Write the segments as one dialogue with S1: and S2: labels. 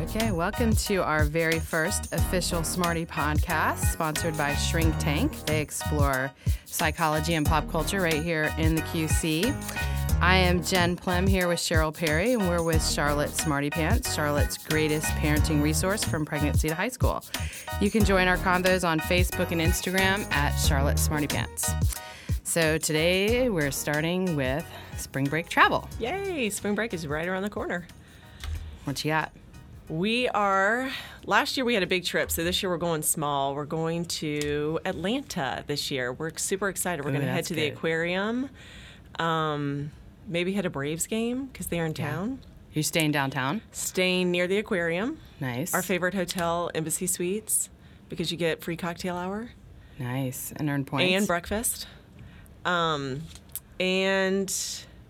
S1: Okay, welcome to our very first official Smarty podcast, sponsored by Shrink Tank. They explore psychology and pop culture right here in the QC. I am Jen Plem here with Cheryl Perry, and we're with Charlotte Smarty Pants, Charlotte's greatest parenting resource from pregnancy to high school. You can join our convos on Facebook and Instagram at Charlotte Smarty Pants. So today we're starting with spring break travel.
S2: Yay, spring break is right around the corner.
S1: What you got?
S2: We are, last year we had a big trip, so this year we're going small. We're going to Atlanta this year. We're super excited. We're going to head
S1: that's
S2: to the
S1: good.
S2: aquarium, um, maybe hit a Braves game because they're in town.
S1: You staying downtown?
S2: Staying near the aquarium,
S1: Nice.
S2: our favorite hotel, Embassy Suites, because you get free cocktail hour.
S1: Nice. And earn points.
S2: and breakfast. Um, and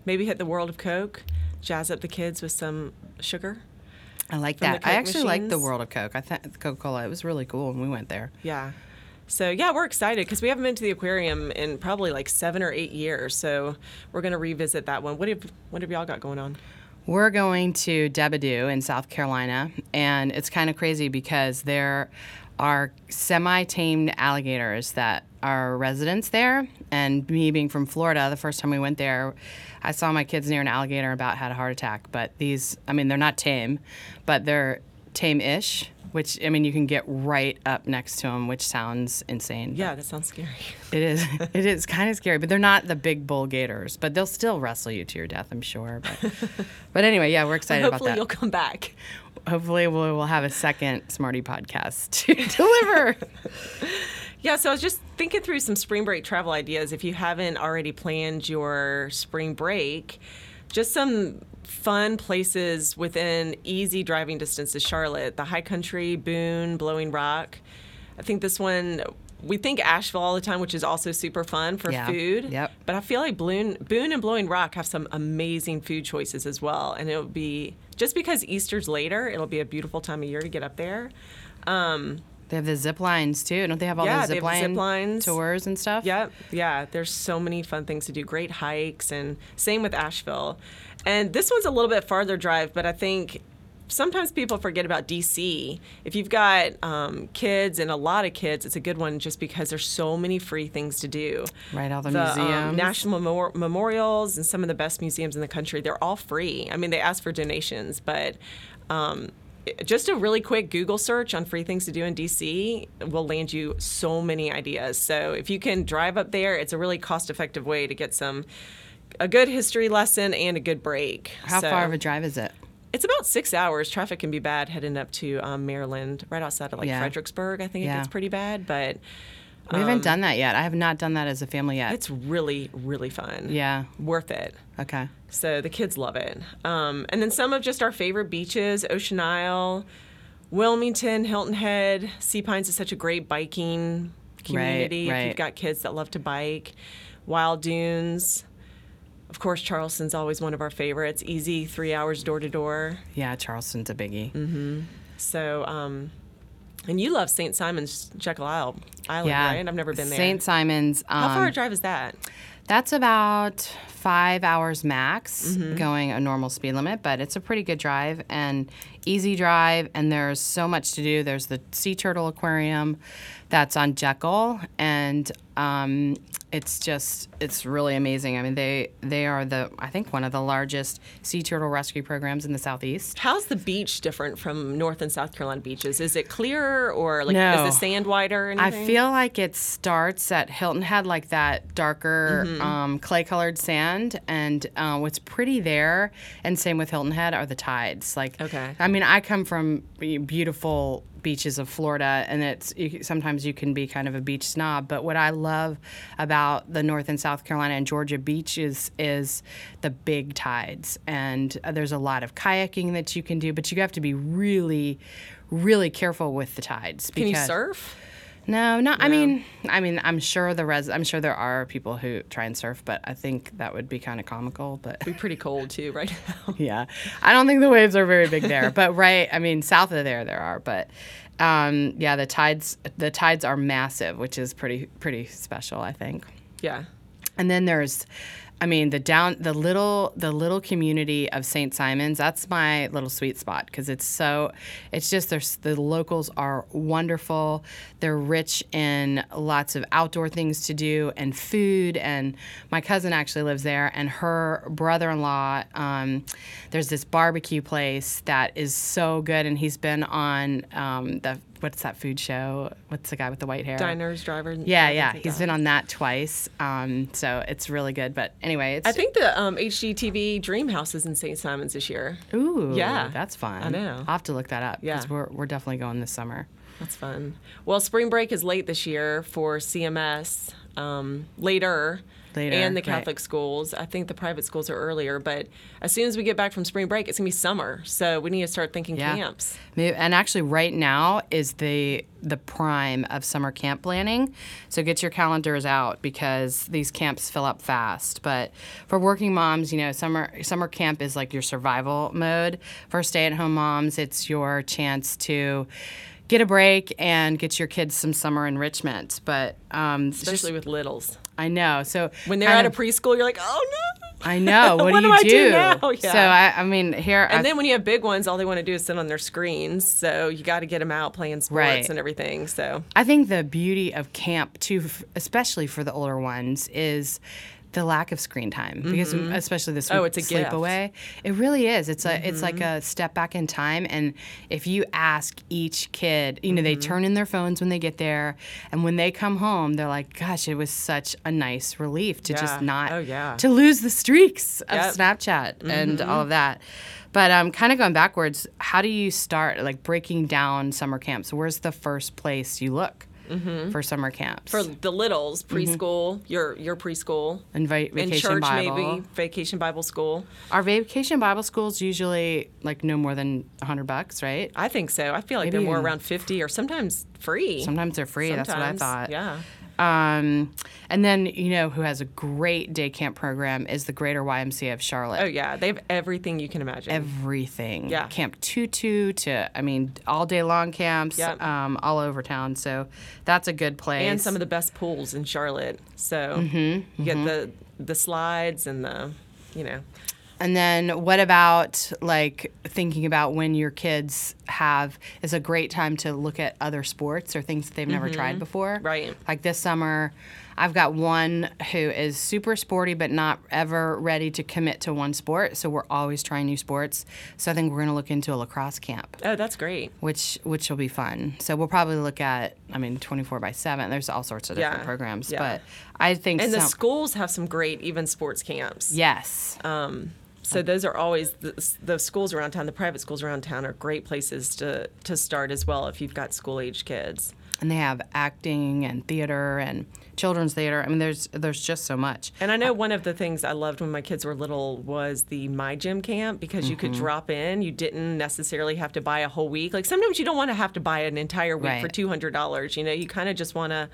S2: maybe hit the world of Coke, jazz up the kids with some sugar.
S1: I like
S2: from the
S1: that. I
S2: Coke
S1: actually like the
S2: machines.
S1: World of Coke. I thought Coca Cola. It was really cool when we went there.
S2: Yeah. So yeah, we're excited because we haven't been to the aquarium in probably like seven or eight years. So we're gonna revisit that one. What have what have y'all got going on?
S1: We're going to Debadoo in South Carolina, and it's kind of crazy because there are semi-tamed alligators that are residents there. And me being from Florida, the first time we went there, I saw my kids near an alligator and about had a heart attack. But these, I mean, they're not tame, but they're tame-ish. Which I mean, you can get right up next to them, which sounds insane. but
S2: Yeah, that sounds scary.
S1: It is. It is kind of scary, but they're not the big bull gators. But they'll still wrestle you to your death, I'm sure. But, but anyway, yeah, we're excited
S2: Hopefully you'll
S1: about
S2: come back.
S1: that. Hopefully, we'll, we'll have a second Smarty podcast to deliver.
S2: Yeah, so I was just thinking through some spring break travel ideas. If you haven't already planned your spring break, just some fun places within easy driving distance to Charlotte the High Country, Boone, Blowing Rock. I think this one, we think Asheville all the time, which is also super fun for
S1: Yeah,
S2: food.
S1: yep.
S2: But I feel like Boone, Boone and Blowing Rock have some amazing food choices as well. And it'll be just because Easter's later, it'll be a beautiful time of year to get up there. Um,
S1: They have the zip lines too. Don't they have all
S2: Yeah,
S1: the
S2: they
S1: zip,
S2: have the
S1: line
S2: zip lines.
S1: tours and stuff?
S2: Yep. Yeah. There's so many fun things to do. Great hikes and same with Asheville. And this one's a little bit farther drive, but I think sometimes people forget about DC. If you've got um, kids and a lot of kids, it's a good one just because there's so many free things to do.
S1: Right, all the
S2: um,
S1: museums.
S2: national memor- memorials, and some of the best museums in the country. They're all free. I mean, they ask for donations, but. Um, it- just a really quick Google search on free things to do in DC will land you so many ideas. So if you can drive up there, it's a really cost-effective way to get some a good history lesson and a good break.
S1: How
S2: So-
S1: far of a drive is it?
S2: It's about six hours. Traffic can be bad heading up to um, Maryland, right outside of like
S1: Yeah.
S2: Fredericksburg. I think
S1: Yeah.
S2: it gets pretty bad, but
S1: We haven't done that yet. I have not done that as a family yet.
S2: um, it's really really fun.
S1: Yeah.
S2: worth it.
S1: Okay.
S2: So the kids love it. Um, and then some of just our favorite beaches Ocean Isle, Wilmington, Hilton Head. Sea Pines is such a great biking community if
S1: right.
S2: you've got kids that love to bike. Wild Dunes. Of course, Charleston's always one of our favorites. Easy, three hours door to door.
S1: Yeah, Charleston's a biggie.
S2: Mm-hmm. So, um, and you love St. Simon's Jekyll Isle, Island,
S1: Yeah.
S2: right? I've never been there.
S1: St. Simon's. Um,
S2: How far a drive is that?
S1: That's about five hours max going a normal speed limit, but it's a pretty good drive and easy drive. And there's so much to do. There's the sea turtle aquarium that's on Jekyll, and um, it's just it's really amazing. I mean, they they are the I think one of the largest sea turtle rescue programs in the southeast.
S2: How's the beach different from North and South Carolina beaches? Is it clearer or like
S1: No.
S2: is the sand wider? Or
S1: I
S2: anything?
S1: feel like it starts at Hilton Head, like that darker
S2: Mm-hmm.
S1: um, clay colored sand. And uh, what's pretty there, and same with Hilton Head, are the tides. Like,
S2: Okay.
S1: I mean, I come from be- beautiful beaches of Florida, and it's you, sometimes you can be kind of a beach snob. But what I love about the North and South Carolina and Georgia beaches is the big tides, and uh, there's a lot of kayaking that you can do, but you have to be really, really careful with the tides.
S2: Can you
S1: because-
S2: surf?
S1: no, not. I mean, I mean, I'm sure the res. I'm sure there are people who try and surf, but I think that would be kind of comical. But
S2: Be pretty cold too, right now.
S1: yeah, I don't think the waves are very big there. but right, I mean, south of there there are, but um, yeah, the tides the tides are massive, which is pretty pretty special, I think.
S2: yeah.
S1: And then there's I mean the down the little the little community of St. Simons. That's my little sweet spot because it's so it's just there's the locals are wonderful. They're rich in lots of outdoor things to do and food. And my cousin actually lives there, and her brother-in-law. Um, there's this barbecue place that is so good, and he's been on um, the what's that food show? What's the guy with the white hair?
S2: Diners, drivers.
S1: Yeah, yeah. He's been on that twice. Um, so it's really good. But anyway, it's
S2: I think the um, HGTV Dream House is in St. Simons this year.
S1: ooh,
S2: Yeah.
S1: that's fun.
S2: I know.
S1: I'll have to look that up because
S2: Yeah.
S1: we're we're definitely going this summer.
S2: That's fun. Well, spring break is late this year for CMS, um, later,
S1: Later,
S2: and the
S1: right.
S2: Catholic schools. I think the private schools are earlier, but as soon as we get back from spring break, it's gonna be summer. So we need to start thinking
S1: Yeah.
S2: camps.
S1: Maybe, and actually, right now is the the prime of summer camp planning. So get your calendars out because these camps fill up fast. But for working moms, you know, summer summer camp is like your survival mode. For stay at home moms, it's your chance to get a break and get your kids some summer enrichment. But um, it's just-
S2: Especially with littles.
S1: I know. So
S2: When they're
S1: kind
S2: at a
S1: of-
S2: preschool, you're like, oh no.
S1: I know. What, do
S2: What do
S1: you
S2: I
S1: do?
S2: do now? Yeah.
S1: So I, I mean, here
S2: And
S1: I,
S2: then when you have big ones, all they want to do is sit on their screens. So you got to get them out playing sports
S1: Right.
S2: and everything. So
S1: I think the beauty of camp too, f- especially for the older ones, is the lack of screen time because especially this
S2: Oh, it's a
S1: sleep
S2: gift. Mm-hmm.
S1: away it really is it's a it's like a step back in time and if you ask each kid you know
S2: Mm-hmm.
S1: they turn in their phones when they get there and when they come home they're like gosh it was such a nice relief to just
S2: Yeah.
S1: not
S2: Oh, yeah.
S1: to lose the streaks of
S2: Yep.
S1: Snapchat and
S2: Mm-hmm.
S1: all of that. But um, kind of going backwards, how do you start like breaking down summer camps? Where's the first place you look for summer camps?
S2: Mm-hmm. for the littles, preschool, your your preschool,
S1: Invite
S2: and
S1: Mm-hmm. vacation
S2: church
S1: Bible.
S2: maybe, vacation Bible school.
S1: Our vacation Bible schools usually like no more than hundred bucks, right?
S2: I think so. I feel like
S1: Maybe
S2: they're more
S1: even-
S2: around 50 or sometimes free.
S1: Sometimes they're free. That's what I
S2: Sometimes,
S1: thought.
S2: Yeah.
S1: Um, and then you know who has a great day camp program is the Greater YMCA of Charlotte.
S2: Oh, yeah. They have everything you can imagine.
S1: everything.
S2: Yeah.
S1: Camp Tutu to, I mean, all day long camps
S2: Yep.
S1: um, all over town. So that's a good place. Mm-hmm,
S2: and some of the best pools in Charlotte. So you get the the slides and the, you know,
S1: And then what about like thinking about when your kids have is a great time to look at other sports or things that they've never tried before?
S2: Mm-hmm. Right.
S1: Like this summer, I've got one who is super sporty but not ever ready to commit to one sport. So we're always trying new sports. So I think we're going to look into a lacrosse camp.
S2: oh, that's great.
S1: which which will be fun. So we'll probably look at I mean 24 by 7. There's all sorts of different
S2: Yeah,
S1: programs,
S2: yeah.
S1: but I think
S2: And the
S1: some-
S2: schools Uh. have some great even sports camps.
S1: yes.
S2: So those are always the, the schools around town, the private schools around town are great places to, to start as well if you've got school age kids.
S1: and they have acting and theater and children's theater. I mean there's there's just so much.
S2: And I know one of the things I loved when my kids were little was the My Gym camp because you could
S1: Mm-hmm.
S2: drop in. You didn't necessarily have to buy a whole week. Like sometimes you don't want to have to buy an entire week for
S1: Right.
S2: $200. You know, you kind of just want to,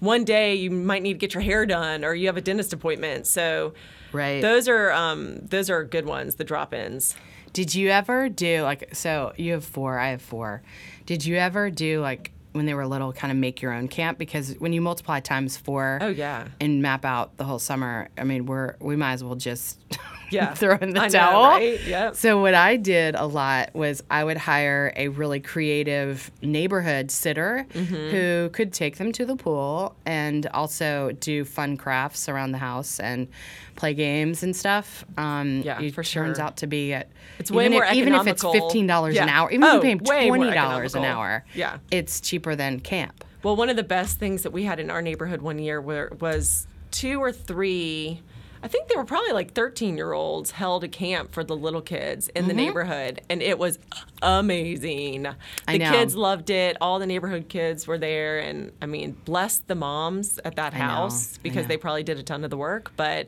S2: one day you might need to get your hair done or you have a dentist appointment. So
S1: Right.
S2: those are um, those are good ones, the drop ins.
S1: Did you ever do like so you have 4, I have 4. Did you ever do like when they were little kind of make your own camp because when you multiply times 4
S2: Oh, yeah.
S1: and map out the whole summer, I mean we're we might as well just
S2: Yeah.
S1: throw in the
S2: I know,
S1: towel.
S2: right? Yep.
S1: So what I did a lot was I would hire a really creative neighborhood sitter
S2: Mm-hmm.
S1: who could take them to the pool and also do fun crafts around the house and play games and stuff. Um,
S2: Yeah,
S1: it
S2: for
S1: turns
S2: sure.
S1: out to be at
S2: It's way more
S1: if, even if it's
S2: economical.
S1: fifteen dollars an
S2: Yeah.
S1: hour, even
S2: Oh,
S1: if you pay
S2: way more
S1: twenty dollars an
S2: economical.
S1: hour,
S2: Yeah.
S1: it's cheaper than camp.
S2: Well, one of the best things that we had in our neighborhood one year were, was two or three. I think they were probably like 13 year olds held a camp for the little kids in the
S1: Mm-hmm.
S2: neighborhood, and it was amazing. The
S1: I know.
S2: kids loved it. All the neighborhood kids were there, and I mean, bless the moms at that
S1: know,
S2: house
S1: I
S2: because they
S1: know.
S2: probably did a ton of the work. But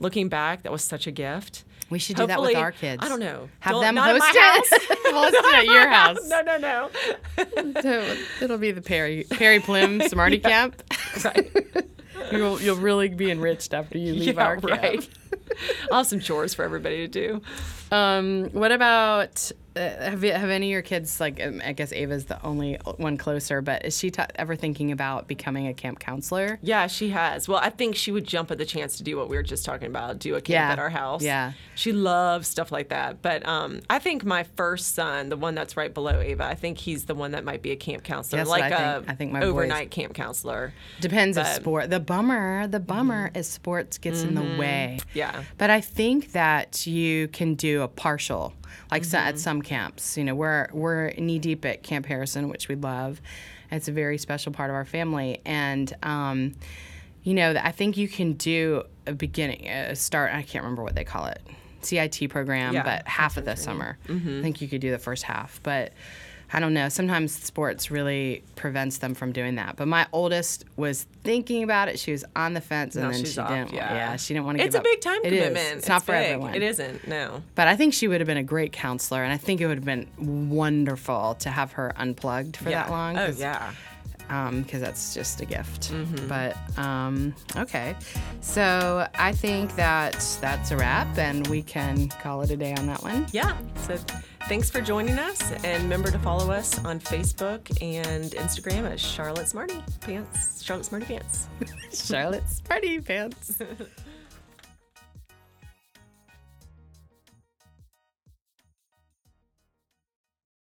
S2: looking back, that was such a gift.
S1: We should do that with
S2: Hopefully-
S1: our kids.
S2: I don't know.
S1: Have
S2: Don't-
S1: them
S2: not at
S1: host
S2: my
S1: it. host it at your house.
S2: house. No, no, no.
S1: So it'll be the Perry Perry Plim Smarty Camp.
S2: Right.
S1: You'll you'll really be enriched after you leave
S2: Yeah,
S1: our camp.
S2: right. I'll have some chores for everybody to do.
S1: Um, what about uh, have you, have any of your kids like? Um, I guess Ava's the only one closer, but is she ta ever thinking about becoming a camp counselor?
S2: Yeah, she has. Well, I think she would jump at the chance to do what we were just talking about, do a camp
S1: Yeah.
S2: at our house.
S1: Yeah.
S2: She loves stuff like that. But um, I think my first son, the one that's right below Ava, I think he's the one that might be a camp counselor,
S1: That's what
S2: like
S1: I
S2: a
S1: think. I think my boys-
S2: overnight camp counselor.
S1: Depends if
S2: But- Mm-hmm.
S1: sport. The bummer, the bummer is sports gets in the way.
S2: Yeah.
S1: But I think that you can do a partial, like so-
S2: Mm-hmm.
S1: at some camps. You know, we're we're knee deep at Camp Harrison, which we love. It's a very special part of our family, and um, you know, I think you can do a beginning, a start. I can't remember what they call it, CIT program,
S2: Yeah,
S1: but half of the summer.
S2: Mm-hmm.
S1: I think you could do the first half, but. I don't know. Sometimes sports really prevents them from doing that. But my oldest was thinking about it. She was on the fence, and
S2: No,
S1: then
S2: she's
S1: she
S2: off,
S1: didn't.
S2: yeah.
S1: she didn't want to.
S2: It's a big time
S1: It is.
S2: commitment.
S1: It's not for
S2: big.
S1: everyone.
S2: It isn't, no.
S1: But I think she would have been a great counselor, and I think it would have been wonderful to have her unplugged for that
S2: Yeah.
S1: long.
S2: Oh,
S1: 'cause-
S2: yeah. Mm-hmm.
S1: um, 'cause that's just a gift. But um, okay, so I think that that's a wrap, and we can call it a day on that one.
S2: Yeah. So thanks for joining us. And remember to follow us on Facebook and Instagram as Charlotte Smarty Pants. Charlotte Smarty Pants.
S1: Charlotte's party pants.